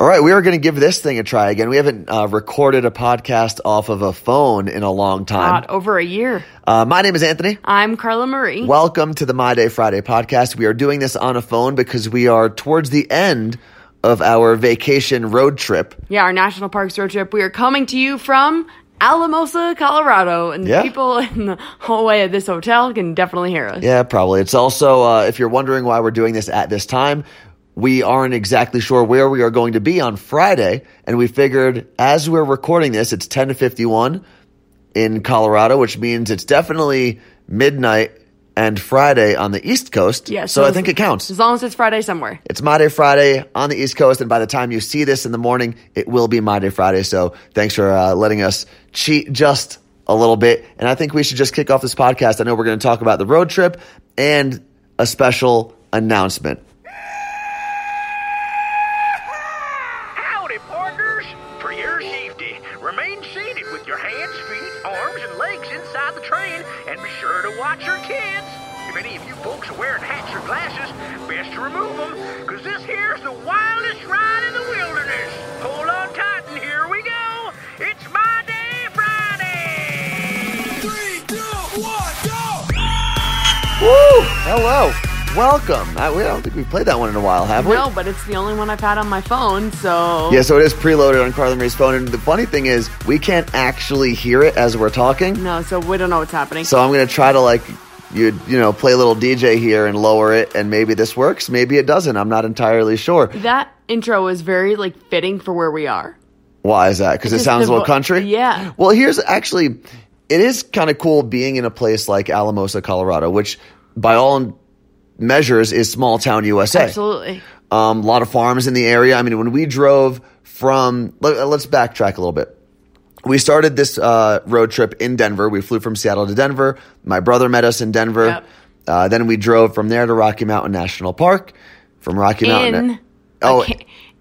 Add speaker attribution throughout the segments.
Speaker 1: All right, we are going to give this thing a try again. We haven't uh, recorded a podcast off of a phone in a long time.
Speaker 2: God, over a year.
Speaker 1: Uh, my name is Anthony.
Speaker 2: I'm Carla Marie.
Speaker 1: Welcome to the My Day Friday podcast. We are doing this on a phone because we are towards the end of our vacation road trip.
Speaker 2: yeah, our National Parks road trip. We are coming to you from Alamosa, Colorado, and the
Speaker 1: Yeah.
Speaker 2: people in the hallway of this hotel can definitely hear us.
Speaker 1: Yeah, probably. It's also, uh, if you're wondering why we're doing this at this time, we aren't exactly sure where we are going to be on Friday. And we figured as we're recording this, it's 10 to 51 in Colorado, which means it's definitely midnight and Friday on the East Coast.
Speaker 2: Yeah,
Speaker 1: so, I
Speaker 2: as-
Speaker 1: think it counts.
Speaker 2: As long as it's Friday somewhere.
Speaker 1: It's My Day Friday on the East Coast. And by the time you see this in the morning, it will be My Day Friday. So thanks for uh, letting us cheat just a little bit. And I think we should just kick off this podcast. I know we're going to talk about the road trip and a special announcement.
Speaker 3: Howdy, partners! For your safety, remain seated with your hands, feet, arms, and legs inside the train, and be sure to watch your kids. If any of you folks are wearing hats or glasses, best to remove them, because this here's the wildest ride in the wilderness. Hold on tight, and here we go! It's my day Friday!
Speaker 4: Three, two, one, go!
Speaker 1: Woo! Hello. Welcome. I, we don't think we've played that one in a while, have we?
Speaker 2: No, but it's the only one I've had on my phone, so
Speaker 1: Yeah, so it is preloaded on Carla Marie's phone. And the funny thing is, we can't actually hear it as we're talking.
Speaker 2: no, so we don't know what's happening.
Speaker 1: So I'm gonna try to like you you know play a little DJ here and lower it, and maybe this works, maybe it doesn't. I'm not entirely sure.
Speaker 2: that intro is very like fitting for where we are.
Speaker 1: Why is that? Because it
Speaker 2: Because
Speaker 1: sounds a
Speaker 2: the
Speaker 1: little
Speaker 2: vo-
Speaker 1: country.
Speaker 2: yeah.
Speaker 1: Well, here's actually, it is kind of cool being in a place like Alamosa, Colorado, which by all measures is small town USA.
Speaker 2: Absolutely.
Speaker 1: Um, a lot of farms in the area. I mean, when we drove from, let, uh, let's backtrack a little bit. We started this uh, road trip in Denver. We flew from Seattle to Denver. My brother met us in Denver.
Speaker 2: Yep.
Speaker 1: Uh, then we drove from there to Rocky Mountain National Park. From Rocky Mountain,
Speaker 2: in
Speaker 1: oh,
Speaker 2: a ca-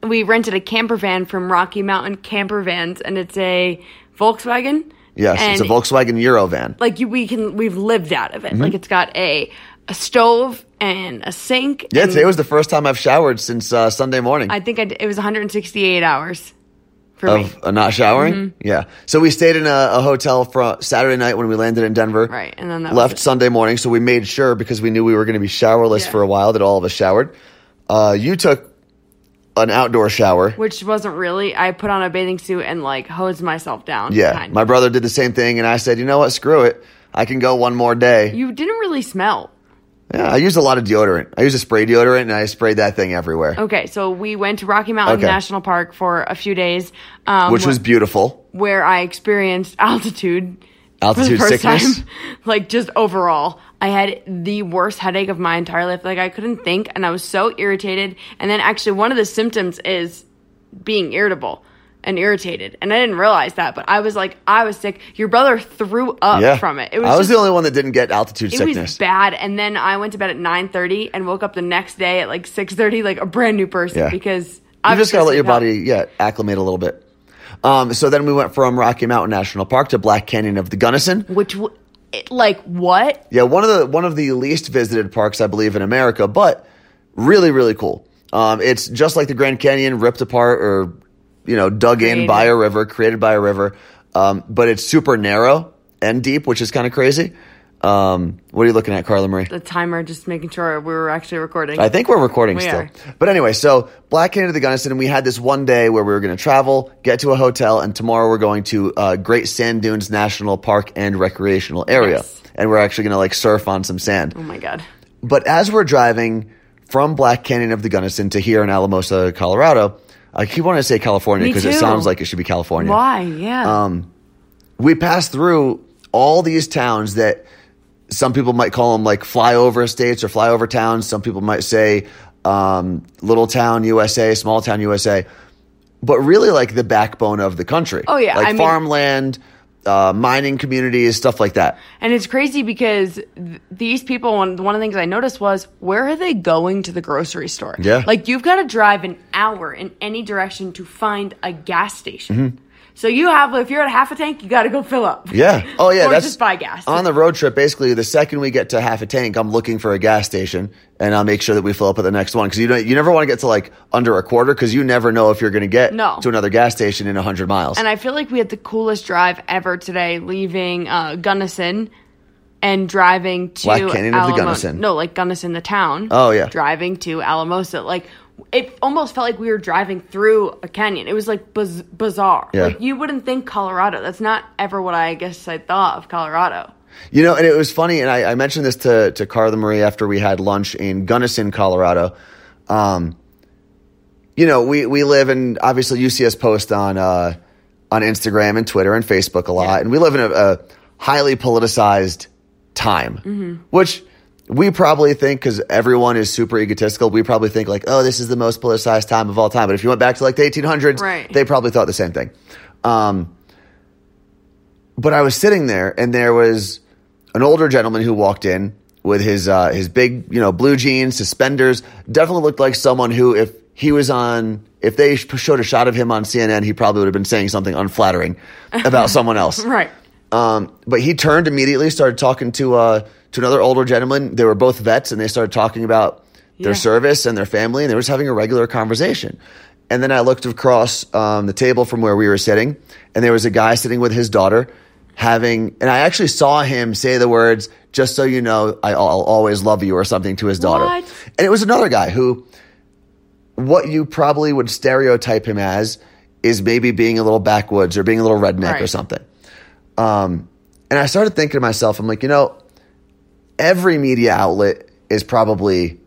Speaker 2: we rented a camper van from Rocky Mountain Camper Vans, and it's a Volkswagen.
Speaker 1: yes, it's a
Speaker 2: And,
Speaker 1: Volkswagen Eurovan.
Speaker 2: Like you, we can we've lived out of it.
Speaker 1: Mm-hmm.
Speaker 2: Like it's got a a stove and a sink.
Speaker 1: Yeah,
Speaker 2: and
Speaker 1: today was the first time I've showered since uh, Sunday morning
Speaker 2: I think I d it was 168 hours for me.
Speaker 1: of uh, not showering.
Speaker 2: Mm-hmm.
Speaker 1: Yeah, so we stayed in a, a hotel from Saturday night when we landed in Denver.
Speaker 2: Right, and then that was
Speaker 1: left
Speaker 2: it.
Speaker 1: Sunday morning, so we made sure because we knew we were going to be showerless
Speaker 2: Yeah.
Speaker 1: for a while that all of us showered. Uh, you took an outdoor shower.
Speaker 2: Which wasn't really. I put on a bathing suit and like hosed myself down.
Speaker 1: Yeah,
Speaker 2: kind
Speaker 1: my
Speaker 2: of.
Speaker 1: brother did the same thing, and I said, you know what, screw it, I can go one more day.
Speaker 2: you didn't really smell.
Speaker 1: yeah, I used a lot of deodorant. I used a spray deodorant, and I sprayed that thing everywhere,
Speaker 2: Okay, so we went to Rocky Mountain
Speaker 1: Okay.
Speaker 2: National Park for a few days, um,
Speaker 1: which was
Speaker 2: wh-
Speaker 1: beautiful.
Speaker 2: where I experienced altitude. for the
Speaker 1: Altitude
Speaker 2: first
Speaker 1: sickness.
Speaker 2: time. Like just overall, I had the worst headache of my entire life. Like I couldn't think, and I was so irritated. And then actually, one of the symptoms is being irritable and irritated. And I didn't realize that, but I was like, I was sick. Your brother threw up
Speaker 1: Yeah,
Speaker 2: from it. It was
Speaker 1: I was
Speaker 2: just-
Speaker 1: the only one that didn't get altitude
Speaker 2: It
Speaker 1: sickness.
Speaker 2: was bad, and then I went to bed at nine thirty and woke up the next day at like six thirty, like a brand new person.
Speaker 1: Yeah.
Speaker 2: Because
Speaker 1: You just gotta let your
Speaker 2: sleep out.
Speaker 1: body, yeah, acclimate a little bit. Um, so then we went from Rocky Mountain National Park to Black Canyon of the Gunnison.
Speaker 2: which w- it, like what?
Speaker 1: Yeah, one of the one of the least visited parks, I believe, in America, but really, really cool. Um, it's just like the Grand Canyon, ripped apart or you know dug in
Speaker 2: Created.
Speaker 1: by a river, created by a river. Um, but it's super narrow and deep, which is kind of crazy. Um, what are you looking at, Carla Marie?
Speaker 2: The timer, just making sure we were actually recording.
Speaker 1: I think we're recording
Speaker 2: We
Speaker 1: still.
Speaker 2: are.
Speaker 1: But anyway, so Black Canyon to the Gunnison, and we had this one day where we were going to travel, get to a hotel, and tomorrow we're going to uh, Great Sand Dunes National Park and Recreational Area.
Speaker 2: Yes.
Speaker 1: And we're actually going to like surf on some sand.
Speaker 2: Oh my god.
Speaker 1: But as we're driving from Black Canyon of the Gunnison to here in Alamosa, Colorado, I keep wanting to say California
Speaker 2: Me
Speaker 1: because it
Speaker 2: too.
Speaker 1: sounds like it should be California
Speaker 2: Why?
Speaker 1: Um,
Speaker 2: Yeah.
Speaker 1: we passed through all these towns that some people might call them like flyover states or flyover towns. Some people might say um, little town USA, small town USA, but really like the backbone of the country.
Speaker 2: Oh, yeah.
Speaker 1: like
Speaker 2: I mean-
Speaker 1: farmland, uh, mining communities, stuff like that.
Speaker 2: and it's crazy because th- these people, one, one of the things I noticed was where are they going to the grocery store?
Speaker 1: Yeah. Mm-hmm.
Speaker 2: Like you've got to drive an hour in any direction to find a gas station. So you have, if you're at half a tank, you got to go fill up.
Speaker 1: Yeah. Oh yeah.
Speaker 2: Or
Speaker 1: that's
Speaker 2: just buy gas.
Speaker 1: on the road trip. Basically, the second we get to half a tank, I'm looking for a gas station, and I'll make sure that we fill up at the next one because you don't, you never want to get to like under a quarter because you never know if you're going to get
Speaker 2: No.
Speaker 1: to another gas station in hundred miles.
Speaker 2: And I feel like we had the coolest drive ever today, leaving uh, Gunnison and driving to
Speaker 1: Black Canyon of the
Speaker 2: Alamo-
Speaker 1: Gunnison.
Speaker 2: No, like Gunnison, the town.
Speaker 1: Oh, yeah.
Speaker 2: driving to Alamosa. Like it almost felt like we were driving through a canyon. It was like biz- bizarre.
Speaker 1: Yeah.
Speaker 2: Like you wouldn't think Colorado. That's not ever what I guess I thought of Colorado.
Speaker 1: You know, and it was funny, and I, I mentioned this to, to Carla Marie after we had lunch in Gunnison, Colorado. Um, you know, we, we live in obviously UCS post on uh, on Instagram and Twitter and Facebook a lot,
Speaker 2: Yeah.
Speaker 1: and we live in a, a highly politicized time,
Speaker 2: Mm-hmm.
Speaker 1: which we probably think because everyone is super egotistical. We probably think like, oh, this is the most politicized time of all time. But if you went back to like the 1800s,
Speaker 2: Right.
Speaker 1: they probably thought the same thing. Um, but I was sitting there, and there was an older gentleman who walked in with his uh, his big, you know, blue jeans, suspenders. Definitely looked like someone who, if he was on, if they sh- showed a shot of him on CNN, he probably would have been saying something unflattering about someone else.
Speaker 2: Right.
Speaker 1: Um, but he turned immediately, started talking to uh, to another older gentleman. They were both vets, and they started talking about their
Speaker 2: Yeah.
Speaker 1: service and their family, and they were just having a regular conversation. And then I looked across um, the table from where we were sitting, and there was a guy sitting with his daughter, having. And I actually saw him say the words, "Just so you know, I, I'll always love you" or something to his daughter.
Speaker 2: What?
Speaker 1: And it was another guy who what you probably would stereotype him as is maybe being a little backwoods or being a little redneck or
Speaker 2: Right.
Speaker 1: something. Um, and I started thinking to myself, I'm like, you know, every media outlet is probably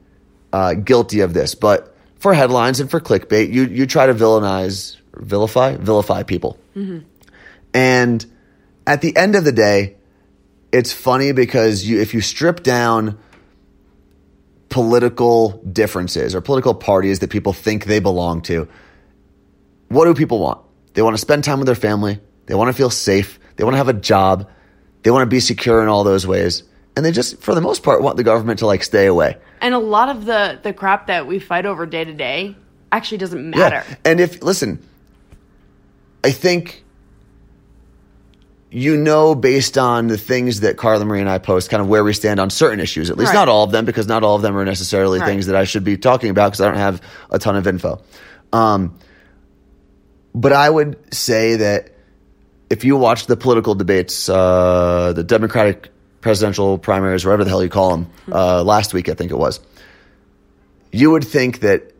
Speaker 1: uh, guilty of this, but for headlines and for clickbait, you you try to villainize, vilify, vilify people. And at the end of the day, it's funny because you if you strip down political differences or political parties that people think they belong to, what do people want? They want to spend time with their family. They want to feel safe. They want to have a job. They want to be secure in all those ways. And they just, for the most part, want the government to like stay away.
Speaker 2: And a lot of the the crap that we fight over day to day actually doesn't matter.
Speaker 1: Yeah. And if, listen, I think you know based on the things that Carla Marie and I post, kind of where we stand on certain issues, at least
Speaker 2: Right.
Speaker 1: not all of them, because not all of them are necessarily
Speaker 2: Right.
Speaker 1: things that I should be talking about because I don't have a ton of info. Um, but I would say that if you watch the political debates, uh, the Democratic presidential primaries, whatever the hell you call them,
Speaker 2: Hmm.
Speaker 1: uh, last week, I think it was, you would think that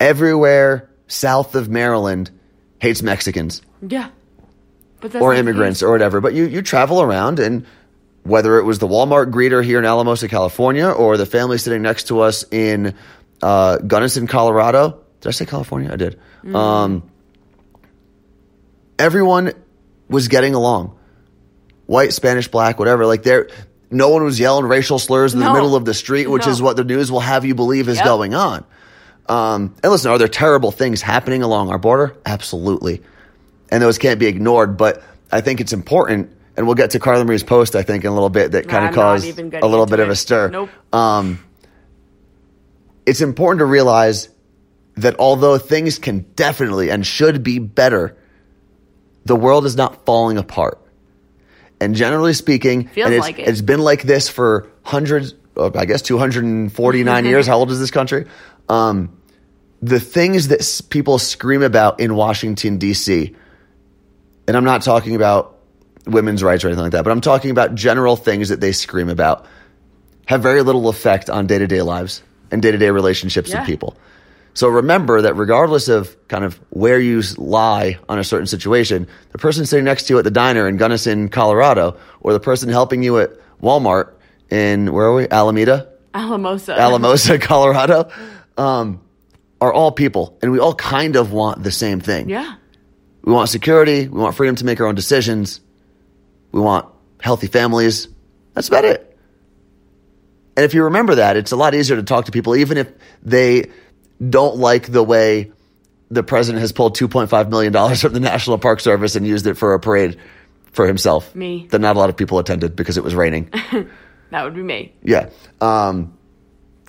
Speaker 1: everywhere south of Maryland hates Mexicans
Speaker 2: Yeah. But that's
Speaker 1: or
Speaker 2: not the
Speaker 1: immigrants
Speaker 2: case.
Speaker 1: or whatever. But you, you travel around and whether it was the Walmart greeter here in Alamosa, California, or the family sitting next to us in uh, Gunnison, Colorado. Did I say California? I did.
Speaker 2: Mm.
Speaker 1: Um, everyone was getting along. White, Spanish, black, whatever. Like there, no one was yelling racial slurs in the
Speaker 2: No.
Speaker 1: middle of the street, which
Speaker 2: No.
Speaker 1: is what the news will have you believe is
Speaker 2: Yep.
Speaker 1: going on. Um, and listen, are there terrible things happening along our border? Absolutely and those can't be ignored. But I think it's important, and we'll get to Carla Marie's post, I think, in a little bit that kind
Speaker 2: I'm
Speaker 1: of
Speaker 2: not
Speaker 1: caused
Speaker 2: even
Speaker 1: a
Speaker 2: getting
Speaker 1: little
Speaker 2: into
Speaker 1: bit of
Speaker 2: it.
Speaker 1: a stir.
Speaker 2: Nope.
Speaker 1: Um, it's important to realize that although things can definitely and should be better, the world is not falling apart. And generally speaking,
Speaker 2: Feels
Speaker 1: and it's,
Speaker 2: like it.
Speaker 1: has been like this for hundreds, oh, I guess 249 years. How old is this country? Um, the things that s- people scream about in Washington, D.C., and I'm not talking about women's rights or anything like that, but I'm talking about general things that they scream about, have very little effect on day to day lives and day to day relationships
Speaker 2: Yeah.
Speaker 1: with people. So remember that regardless of kind of where you s- lie on a certain situation, the person sitting next to you at the diner in Gunnison, Colorado, or the person helping you at Walmart in, where are we? Alameda?
Speaker 2: Alamosa.
Speaker 1: Alamosa, Colorado, um, are all people. And we all kind of want the same thing.
Speaker 2: Yeah.
Speaker 1: We want security. We want freedom to make our own decisions. We want healthy families. That's about it. And if you remember that, it's a lot easier to talk to people, even if they don't like the way the president has pulled $2.5 million from the National Park Service and used it for a parade for himself.
Speaker 2: Me.
Speaker 1: That not a lot of people attended because it was raining.
Speaker 2: That would be me.
Speaker 1: Yeah. Um,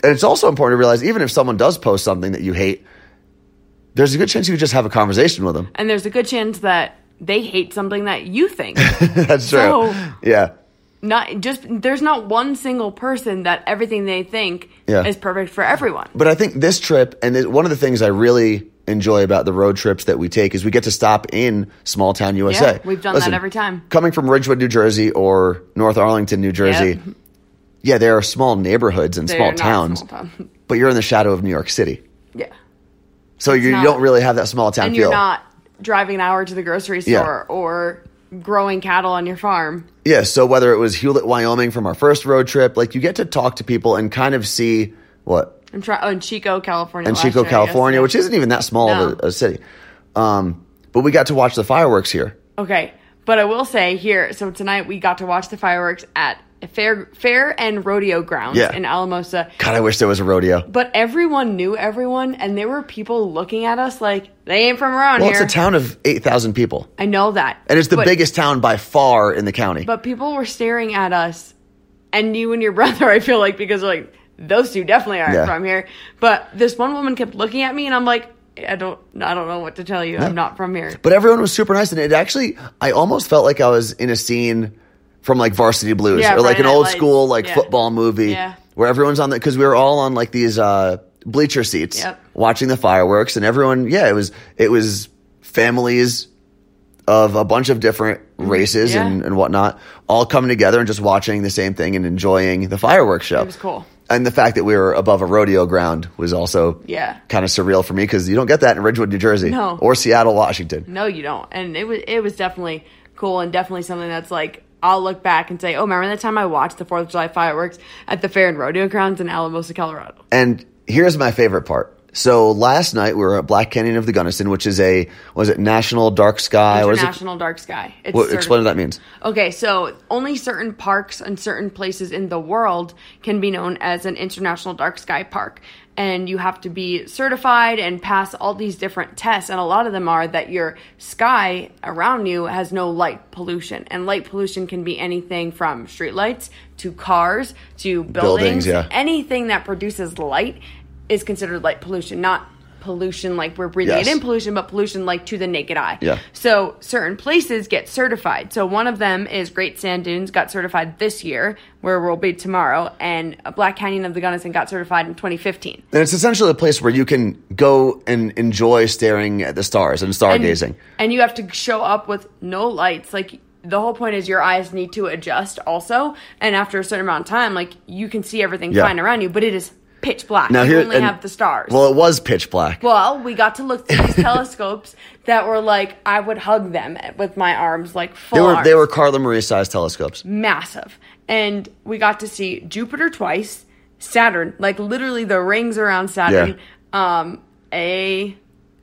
Speaker 1: and it's also important to realize even if someone does post something that you hate, there's a good chance you could just have a conversation with them.
Speaker 2: And there's a good chance that they hate something that you think.
Speaker 1: That's true.
Speaker 2: So-
Speaker 1: yeah.
Speaker 2: not just there's not one single person that everything they think
Speaker 1: Yeah.
Speaker 2: is perfect for everyone.
Speaker 1: But I think this trip, and it- one of the things I really enjoy about the road trips that we take is we get to stop in small town USA.
Speaker 2: Yeah, we've done that every time.
Speaker 1: Coming from Ridgewood, New Jersey, or North Arlington, New Jersey,
Speaker 2: Yep.
Speaker 1: yeah, there are small neighborhoods and
Speaker 2: They're
Speaker 1: small
Speaker 2: not
Speaker 1: towns,
Speaker 2: small town.
Speaker 1: but you're in the shadow of New York City,
Speaker 2: Yeah.
Speaker 1: so you, you
Speaker 2: not.
Speaker 1: don't really have that small town
Speaker 2: And
Speaker 1: feel.
Speaker 2: you're not driving an hour to the grocery
Speaker 1: Yeah.
Speaker 2: store or growing cattle on your farm.
Speaker 1: Yeah, so whether it was Hewlett, Wyoming, from our first road trip, like you get to talk to people and kind of see what
Speaker 2: I'm trying oh, in Chico, California.
Speaker 1: and
Speaker 2: last
Speaker 1: Chico,
Speaker 2: year, I guess,
Speaker 1: California,
Speaker 2: yeah.
Speaker 1: which isn't even that small of a,
Speaker 2: No.
Speaker 1: a city. Um, but we got to watch the fireworks here.
Speaker 2: Okay. But I will say here, so tonight we got to watch the fireworks at a fair fair and rodeo grounds
Speaker 1: Yeah.
Speaker 2: in Alamosa.
Speaker 1: God, I wish there was a rodeo.
Speaker 2: But everyone knew everyone and there were people looking at us like they ain't from around
Speaker 1: well,
Speaker 2: here.
Speaker 1: it's a town of 8,000 people,
Speaker 2: I know that.
Speaker 1: and it's the
Speaker 2: But-
Speaker 1: biggest town by far in the county.
Speaker 2: But people were staring at us, and you and your brother, I feel like, because like those two definitely aren't
Speaker 1: Yeah.
Speaker 2: from here. But this one woman kept looking at me, and I'm like, I don't, I don't know what to tell you. I'm not from here.
Speaker 1: But everyone was super nice, and it actually, I almost felt like I was in a scene from like Varsity Blues
Speaker 2: Yeah,
Speaker 1: or like
Speaker 2: Friday
Speaker 1: an
Speaker 2: Night
Speaker 1: old
Speaker 2: Lights.
Speaker 1: school like
Speaker 2: Yeah.
Speaker 1: football movie
Speaker 2: Yeah.
Speaker 1: where everyone's on the because we were all on like these uh, bleacher seats
Speaker 2: Yep.
Speaker 1: watching the fireworks, and everyone, yeah, it was it was families of a bunch of different races
Speaker 2: Mm-hmm. Yeah.
Speaker 1: and, and whatnot all coming together and just watching the same thing and enjoying the fireworks show.
Speaker 2: It was cool.
Speaker 1: And the fact that we were above a rodeo ground was also
Speaker 2: Yeah.
Speaker 1: kind of surreal for me because you don't get that in Ridgewood, New Jersey,
Speaker 2: No.
Speaker 1: or Seattle, Washington.
Speaker 2: No, you don't. And it was, it was definitely cool, and definitely something that's like. I'll look back and say, "Oh, remember that time I watched the Fourth of July fireworks at the fair and rodeo grounds in Alamosa, Colorado?"
Speaker 1: And here's my favorite part. So last night we were at Black Canyon of the Gunnison, which is a was it National Dark Sky? What is it?
Speaker 2: International Dark Sky. It's
Speaker 1: What,
Speaker 2: certi-
Speaker 1: explain what that means.
Speaker 2: Okay, so only certain parks and certain places in the world can be known as an international dark sky park. And you have to be certified and pass all these different tests. And a lot of them are that your sky around you has no light pollution. And light pollution can be anything from streetlights to cars to
Speaker 1: Buildings,
Speaker 2: buildings.
Speaker 1: yeah.
Speaker 2: Anything that produces light is considered light pollution, not pollution like we're breathing
Speaker 1: Yes.
Speaker 2: it in pollution, but pollution like to the naked eye.
Speaker 1: Yeah.
Speaker 2: So certain places get certified. So one of them is Great Sand Dunes got certified this year, where we'll be tomorrow, and Black Canyon of the Gunnison got certified in 2015.
Speaker 1: And it's essentially a place where you can go and enjoy staring at the stars and
Speaker 2: And-
Speaker 1: stargazing.
Speaker 2: And you have to show up with no lights. Like the whole point is your eyes need to adjust also, and after a certain amount of time, like you can see everything
Speaker 1: Yeah.
Speaker 2: fine around you, but it is pitch black.
Speaker 1: now
Speaker 2: you
Speaker 1: here,
Speaker 2: only
Speaker 1: and-
Speaker 2: have the stars.
Speaker 1: Well, it was pitch black.
Speaker 2: Well, we got to look through these telescopes that were like I would hug them with my arms like full.
Speaker 1: they were
Speaker 2: arms.
Speaker 1: they were Carla Marie sized telescopes.
Speaker 2: massive. And we got to see Jupiter twice, Saturn, like literally the rings around Saturn, um, a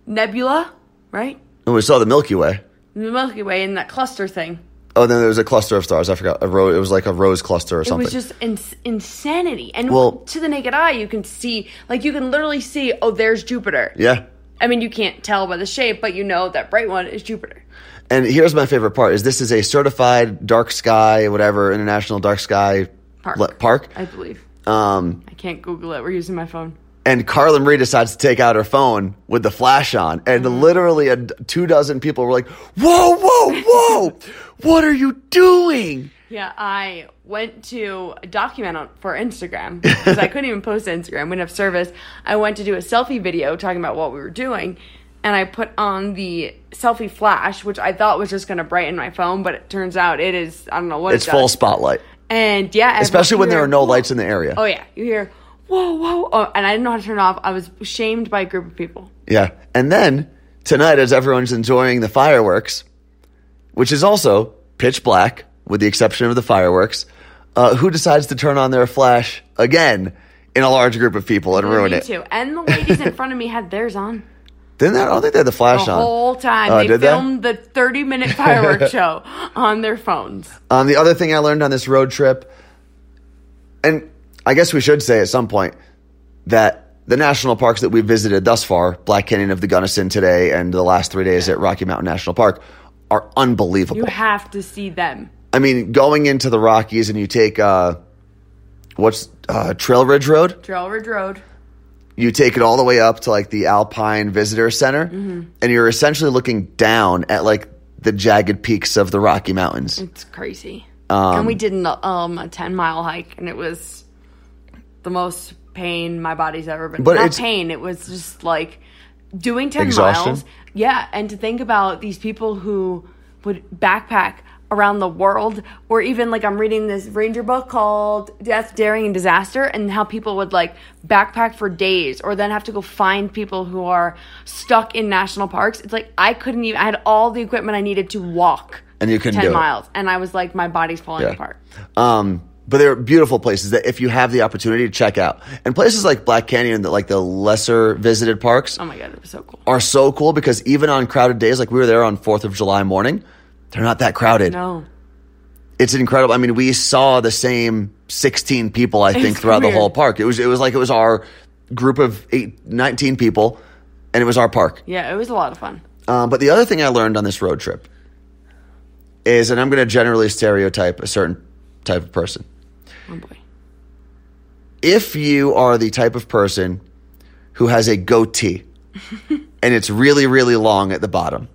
Speaker 2: nebula, right?
Speaker 1: And we saw the Milky Way.
Speaker 2: The Milky Way and that cluster thing.
Speaker 1: Oh, then there was a cluster of stars. I forgot. A ro- it was like a rose cluster or
Speaker 2: It
Speaker 1: something.
Speaker 2: was just ins- insanity. And
Speaker 1: Well-
Speaker 2: to the naked eye, you can see, like, you can literally see, oh, there's Jupiter.
Speaker 1: yeah.
Speaker 2: I mean, you can't tell by the shape, but you know that bright one is Jupiter.
Speaker 1: And here's my favorite part: is this is a certified dark sky, whatever international dark sky
Speaker 2: Park.
Speaker 1: le- park.
Speaker 2: I believe.
Speaker 1: Um,
Speaker 2: I can't Google it. We're using my phone.
Speaker 1: and Carla Marie decides to take out her phone with the flash on, and
Speaker 2: Mm-hmm.
Speaker 1: literally a, two dozen people were like, "Whoa, whoa, whoa! what are you doing?"
Speaker 2: Yeah, I went to document on, for Instagram because I couldn't even post to Instagram. We didn't have service. I went to do a selfie video talking about what we were doing, and I put on the selfie flash, which I thought was just going to brighten my phone, but it turns out it is. I don't know what
Speaker 1: It's
Speaker 2: it does.
Speaker 1: full spotlight,
Speaker 2: And yeah, everyone-
Speaker 1: especially when
Speaker 2: you
Speaker 1: there
Speaker 2: hear,
Speaker 1: are no
Speaker 2: "Whoa."
Speaker 1: lights in the area.
Speaker 2: Oh yeah, you hear whoa whoa, oh, and I didn't know how to turn it off. I was shamed by a group of people.
Speaker 1: Yeah. And then tonight, as everyone's enjoying the fireworks, which is also pitch black with the exception of the fireworks, uh, who decides to turn on their flash again in a large group of people and ruin
Speaker 2: Me
Speaker 1: it?
Speaker 2: too. And the ladies in front of me had theirs on.
Speaker 1: Didn't that, I don't think they had the flash
Speaker 2: The
Speaker 1: on.
Speaker 2: whole time
Speaker 1: Oh,
Speaker 2: they
Speaker 1: did they?
Speaker 2: filmed the 30 minute fireworks show on their phones.
Speaker 1: Um, the other thing I learned on this road trip, and I guess we should say at some point that the national parks that we visited thus far, Black Canyon of the Gunnison today and the last three days at Rocky Mountain National Park, are unbelievable.
Speaker 2: You have to see them.
Speaker 1: I mean, going into the Rockies and you take uh, what's uh, Trail Ridge Road,
Speaker 2: Trail Ridge Road.
Speaker 1: you take it all the way up to like the Alpine Visitor Center, and you're essentially looking down at like the jagged peaks of the Rocky Mountains.
Speaker 2: It's crazy. and we did an, um, a 10 mile hike, and it was the most pain my body's ever been.
Speaker 1: But
Speaker 2: But Not
Speaker 1: it's-
Speaker 2: pain, it was just like doing 10
Speaker 1: Exhaustion?
Speaker 2: miles. Yeah, and to think about these people who would backpack around the world, or even like I'm reading this ranger book called Death, Daring, and Disaster, and how people would like backpack for days or then have to go find people who are stuck in national parks. It's like I couldn't even, I had all the equipment I needed to walk
Speaker 1: And you couldn't
Speaker 2: 10
Speaker 1: do it.
Speaker 2: miles and i was like my body's falling
Speaker 1: Yeah.
Speaker 2: apart
Speaker 1: Um, but they're beautiful places that if you have the opportunity to check out. And places like Black Canyon, that like the lesser visited parks,
Speaker 2: oh my god it was so cool
Speaker 1: are so cool because even on crowded days, like we were there on 4th of July morning, they're not that crowded.
Speaker 2: no
Speaker 1: It's incredible. I mean, we saw the same 16 people, I think,
Speaker 2: It's
Speaker 1: throughout the
Speaker 2: weird.
Speaker 1: whole park. It was, it was like it was our group of eight, 19 people and it was our park.
Speaker 2: yeah it was a lot of fun
Speaker 1: Um, but the other thing I learned on this road trip is, and I'm going to generally stereotype a certain type of person.
Speaker 2: oh boy
Speaker 1: If you are the type of person who has a goatee and it's really, really long at the bottom,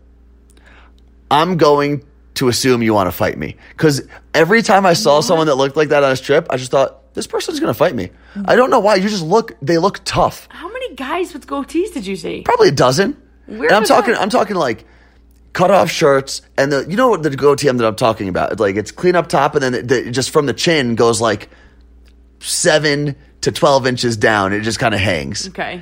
Speaker 1: I'm going to assume you want to fight me. Because every time I saw someone that looked like that on a strip, I just thought, this person's going to fight me. I don't know why. You just look, they look tough.
Speaker 2: how many guys with goatees did you see
Speaker 1: probably a dozen.
Speaker 2: Where
Speaker 1: and I'm
Speaker 2: was
Speaker 1: talking,
Speaker 2: that?
Speaker 1: I'm talking like cut off shirts and the, you know what the goatee that I'm talking about? It's Like it's clean up top and then it, it just from the chin goes like seven to 12 inches down. It just kind of hangs.
Speaker 2: okay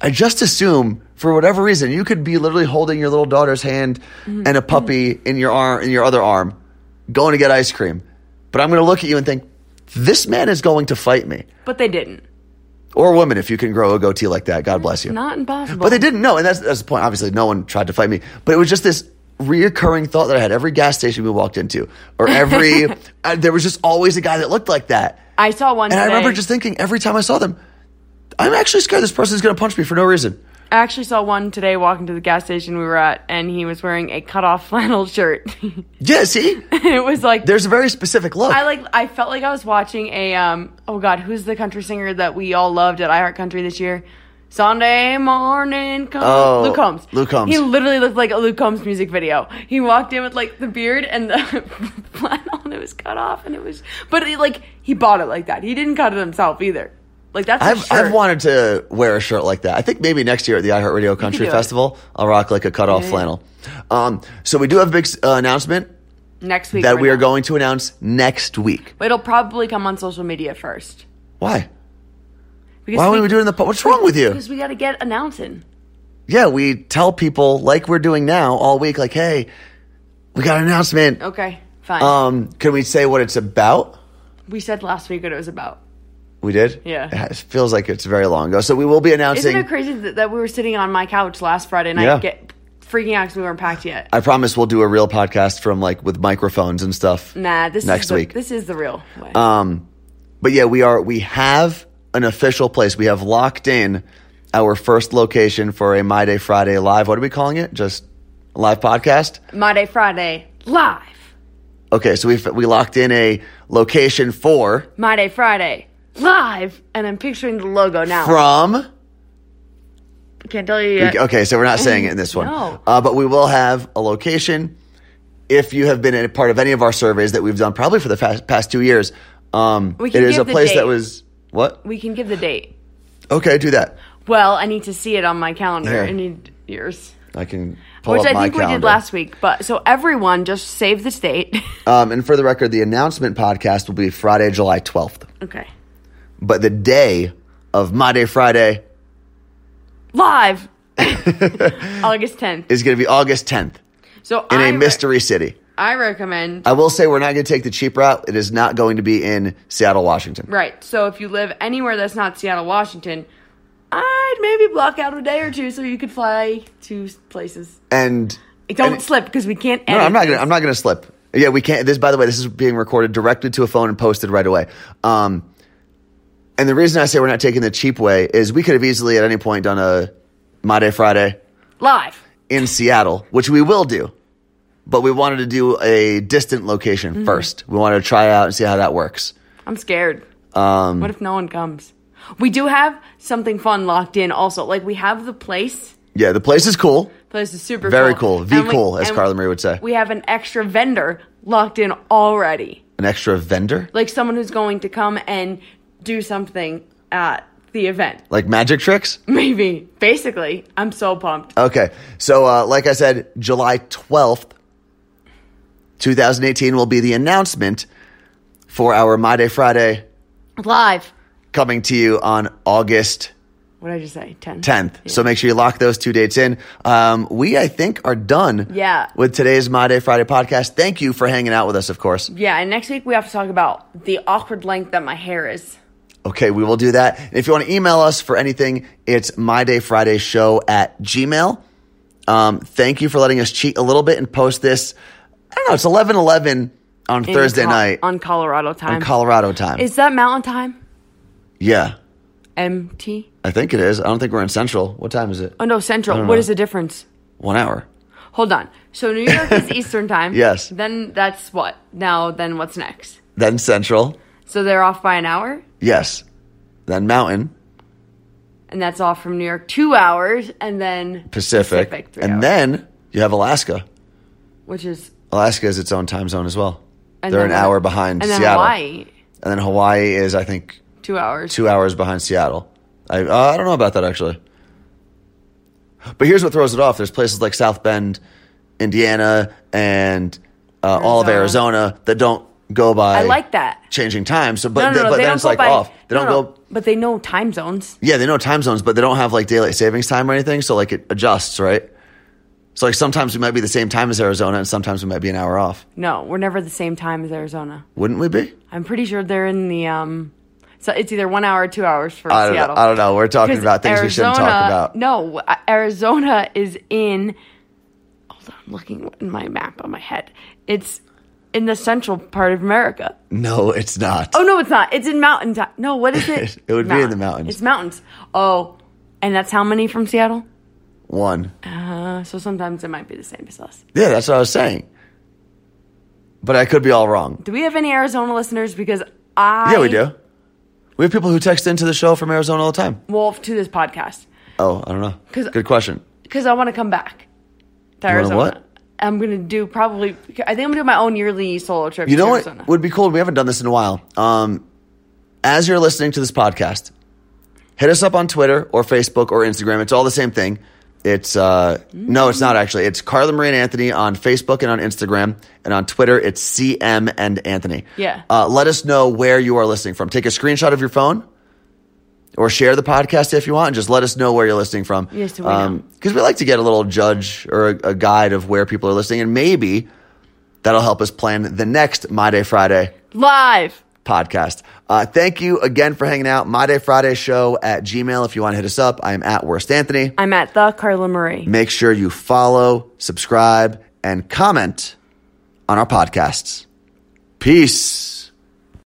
Speaker 1: I just assume for whatever reason, you could be literally holding your little daughter's hand
Speaker 2: Mm-hmm.
Speaker 1: and a puppy in your arm, in your other arm, going to get ice cream. But I'm going to look at you and think, this man is going to fight me.
Speaker 2: but they didn't
Speaker 1: Or woman, if you can grow a goatee like that, God bless you.
Speaker 2: not impossible
Speaker 1: But they didn't know, and that's, that's the point. Obviously, no one tried to fight me. But it was just this reoccurring thought that I had every gas station we walked into, or every I, there was just always a guy that looked like that.
Speaker 2: i saw one
Speaker 1: And I
Speaker 2: today.
Speaker 1: remember just thinking every time I saw them, I'm actually scared this person's going to punch me for no reason.
Speaker 2: i actually saw one today walking to the gas station we were at and he was wearing a cut off flannel shirt
Speaker 1: Yeah, see,
Speaker 2: it was like
Speaker 1: there's a very specific look.
Speaker 2: I like. I felt like I was watching a um. Oh God, who's the country singer that we all loved at iHeart Country this year? Sunday morning, come
Speaker 1: Oh,
Speaker 2: Luke Combs.
Speaker 1: Luke Combs.
Speaker 2: He literally looked like a Luke Combs music video. He walked in with like the beard and the flannel, and it was cut off, and it was. But he, like he bought it like that. He didn't cut it himself either. Like that's.
Speaker 1: I've,
Speaker 2: a shirt.
Speaker 1: I've wanted to wear a shirt like that. I think maybe next year at the iHeartRadio Country
Speaker 2: do it.
Speaker 1: Festival, I'll rock like a cutoff
Speaker 2: Yeah.
Speaker 1: flannel. Um, so we do have a big uh, announcement
Speaker 2: next week
Speaker 1: that
Speaker 2: we're
Speaker 1: we are
Speaker 2: not.
Speaker 1: going to announce next week.
Speaker 2: It'll probably come on social media first.
Speaker 1: Why?
Speaker 2: Because
Speaker 1: Why wouldn't we do it in the po- What's wrong with you?
Speaker 2: Because we got to get announcing.
Speaker 1: yeah, we tell people like we're doing now all week, like, hey, we got an announcement.
Speaker 2: Okay, fine.
Speaker 1: Um, can we say what it's about?
Speaker 2: we said last week what it was about.
Speaker 1: We did.
Speaker 2: Yeah.
Speaker 1: it feels like it's very long ago. So we will be announcing.
Speaker 2: Isn't it crazy that, that we were sitting on my couch last Friday night
Speaker 1: Yeah.
Speaker 2: get freaking out because we weren't packed yet?
Speaker 1: I promise we'll do a real podcast from like with microphones and stuff.
Speaker 2: nah, this
Speaker 1: next
Speaker 2: is the,
Speaker 1: week.
Speaker 2: This is the real way.
Speaker 1: Um, but yeah, we are. We have an official place. We have locked in our first location for a My Day Friday live. What are we calling it? Just live podcast.
Speaker 2: my day Friday live.
Speaker 1: Okay, so we we locked in a location for
Speaker 2: My day Friday live, and I'm picturing the logo now.
Speaker 1: from.
Speaker 2: Can't tell you yet.
Speaker 1: Okay, so we're not saying it in this one.
Speaker 2: No.
Speaker 1: Uh, but we will have a location. If you have been a part of any of our surveys that we've done, probably for the past, past two years, um,
Speaker 2: We
Speaker 1: it
Speaker 2: can
Speaker 1: is a
Speaker 2: give the
Speaker 1: place that
Speaker 2: date.
Speaker 1: was what?
Speaker 2: We can give the date.
Speaker 1: Okay, do that.
Speaker 2: Well, I need to see it on my calendar.
Speaker 1: Here.
Speaker 2: I need yours,
Speaker 1: I can pull
Speaker 2: which
Speaker 1: up
Speaker 2: I
Speaker 1: my
Speaker 2: think we did
Speaker 1: calendar.
Speaker 2: last week. But so everyone, just save this date.
Speaker 1: Um, and for the record, the announcement podcast will be Friday, July twelfth.
Speaker 2: okay,
Speaker 1: But the day of My Day Friday
Speaker 2: live. August 10th.
Speaker 1: is going to be August tenth
Speaker 2: So
Speaker 1: in
Speaker 2: I
Speaker 1: a
Speaker 2: re-
Speaker 1: mystery city.
Speaker 2: I recommend
Speaker 1: I will say we're not going to take the cheap route. It is not going to be in Seattle, Washington.
Speaker 2: Right. So if you live anywhere that's not Seattle, Washington, I'd maybe block out a day or two so you could fly to s- places.
Speaker 1: And
Speaker 2: Don't
Speaker 1: and-
Speaker 2: slip because we can't.
Speaker 1: No,
Speaker 2: edit
Speaker 1: I'm not gonna.
Speaker 2: this.
Speaker 1: I'm not gonna slip. Yeah, we can't. This, by the way, this is being recorded directly to a phone and posted right away. Um, and the reason I say we're not taking the cheap way is we could have easily at any point done a My Day Friday
Speaker 2: live.
Speaker 1: in Seattle, which we will do, but we wanted to do a distant location first. We wanted to try out and see how that works.
Speaker 2: I'm scared. Um, what if no one comes? We do have something fun locked in. Also, like we have the place.
Speaker 1: Yeah, the place is cool.
Speaker 2: Place is super
Speaker 1: Very
Speaker 2: cool.
Speaker 1: cool. The
Speaker 2: And we-
Speaker 1: cool, as
Speaker 2: and
Speaker 1: Carla Marie would say.
Speaker 2: We have an extra vendor locked in already.
Speaker 1: An extra vendor?
Speaker 2: Like someone who's going to come and do something at the event.
Speaker 1: Like magic tricks?
Speaker 2: Maybe. Basically, I'm so pumped.
Speaker 1: Okay. So, uh, like I said, July 12th, 2018 will be the announcement for our My Day Friday
Speaker 2: Live.
Speaker 1: coming to you on August
Speaker 2: What did I just say? 10.
Speaker 1: 10th. So make sure you lock those two dates in. Um, we, I think, are done
Speaker 2: Yeah.
Speaker 1: with today's My Day Friday podcast. Thank you for hanging out with us, of course.
Speaker 2: Yeah, and next week we have to talk about the awkward length that my hair is.
Speaker 1: Okay, we will do that. And if you want to email us for anything, it's my day Friday show at Gmail. Um, thank you for letting us cheat a little bit and post this. I don't know, it's eleven eleven on
Speaker 2: in
Speaker 1: Thursday
Speaker 2: Col-
Speaker 1: night
Speaker 2: On Colorado time.
Speaker 1: on Colorado time.
Speaker 2: is that mountain time?
Speaker 1: yeah,
Speaker 2: MT?
Speaker 1: I think it is. I don't think we're in Central. What time is it?
Speaker 2: Oh no, central. What is the difference?
Speaker 1: One hour.
Speaker 2: Hold on. So New York is Eastern time.
Speaker 1: Yes.
Speaker 2: Then that's what? Now then what's next?
Speaker 1: Then Central.
Speaker 2: So they're off by an hour?
Speaker 1: Yes. Then Mountain.
Speaker 2: And that's off from New York two hours and then
Speaker 1: Pacific.
Speaker 2: Pacific three
Speaker 1: and
Speaker 2: hours.
Speaker 1: then you have Alaska.
Speaker 2: which is
Speaker 1: Alaska is its own time zone as well.
Speaker 2: and
Speaker 1: They're
Speaker 2: then
Speaker 1: an
Speaker 2: what-
Speaker 1: hour behind
Speaker 2: And then
Speaker 1: Seattle.
Speaker 2: Hawaii.
Speaker 1: And then Hawaii is, I think,
Speaker 2: Two hours.
Speaker 1: two hours behind Seattle. I uh, I don't know about that actually. But here's what throws it off: there's places like South Bend, Indiana, and uh, all of
Speaker 2: Arizona.
Speaker 1: Arizona that don't go by.
Speaker 2: I like that.
Speaker 1: changing time. So,
Speaker 2: No,
Speaker 1: but,
Speaker 2: no,
Speaker 1: but
Speaker 2: no, they
Speaker 1: then
Speaker 2: don't
Speaker 1: it's
Speaker 2: go
Speaker 1: like
Speaker 2: by,
Speaker 1: off. They
Speaker 2: no,
Speaker 1: don't
Speaker 2: no,
Speaker 1: go.
Speaker 2: But they know time zones.
Speaker 1: Yeah, they know time zones, but they don't have like daylight savings time or anything. So like it adjusts, right? So like sometimes we might be the same time as Arizona, and sometimes we might be an hour off.
Speaker 2: No, we're never the same time as Arizona.
Speaker 1: Wouldn't we be?
Speaker 2: I'm pretty sure they're in the um. So it's either one hour or two hours for
Speaker 1: I don't, know.
Speaker 2: Seattle.
Speaker 1: I don't know. We're talking
Speaker 2: Because
Speaker 1: about things we shouldn't talk
Speaker 2: Arizona-
Speaker 1: about.
Speaker 2: No, uh, Arizona is in. Hold on, I'm looking in my map on my head. It's in the central part of America.
Speaker 1: No, it's not.
Speaker 2: Oh no, it's not. It's in mountain time. No, what is it?
Speaker 1: It would be in the mountains.
Speaker 2: It's mountains. Oh, and that's how many from Seattle?
Speaker 1: One.
Speaker 2: Uh, so sometimes it might be the same as us.
Speaker 1: Yeah, that's what I was saying. But I could be all wrong.
Speaker 2: Do we have any Arizona listeners? Because I
Speaker 1: Yeah, we do. We have people who text into the show from Arizona all the time.
Speaker 2: Well, to this podcast
Speaker 1: Oh, I don't know.
Speaker 2: 'Cause-
Speaker 1: Good question.
Speaker 2: because I want to come back to
Speaker 1: You wanna
Speaker 2: Arizona.
Speaker 1: what?
Speaker 2: I'm gonna do probably. I think I'm gonna do my own yearly solo trip.
Speaker 1: You know
Speaker 2: to
Speaker 1: what
Speaker 2: Arizona.
Speaker 1: would be cool? We haven't done this in a while. Um, as you're listening to this podcast, hit us up on Twitter or Facebook or Instagram. It's all the same thing. It's uh, no, it's not actually. It's Carla Marie and Anthony on Facebook and on Instagram and on Twitter. It's CM and Anthony.
Speaker 2: Yeah.
Speaker 1: Uh, let us know where you are listening from. Take a screenshot of your phone. Or share the podcast if you want, and just let us know where you're listening from.
Speaker 2: Yes, we know.
Speaker 1: because we like to get a little judge or a, a guide of where people are listening, and maybe that'll help us plan the next My Day Friday
Speaker 2: live?
Speaker 1: podcast. Uh, thank you again for hanging out. My Day Friday show at Gmail. If you want to hit us up, I am at Worst Anthony.
Speaker 2: I'm at the Carla Marie.
Speaker 1: Make sure you follow, subscribe, and comment on our podcasts. Peace.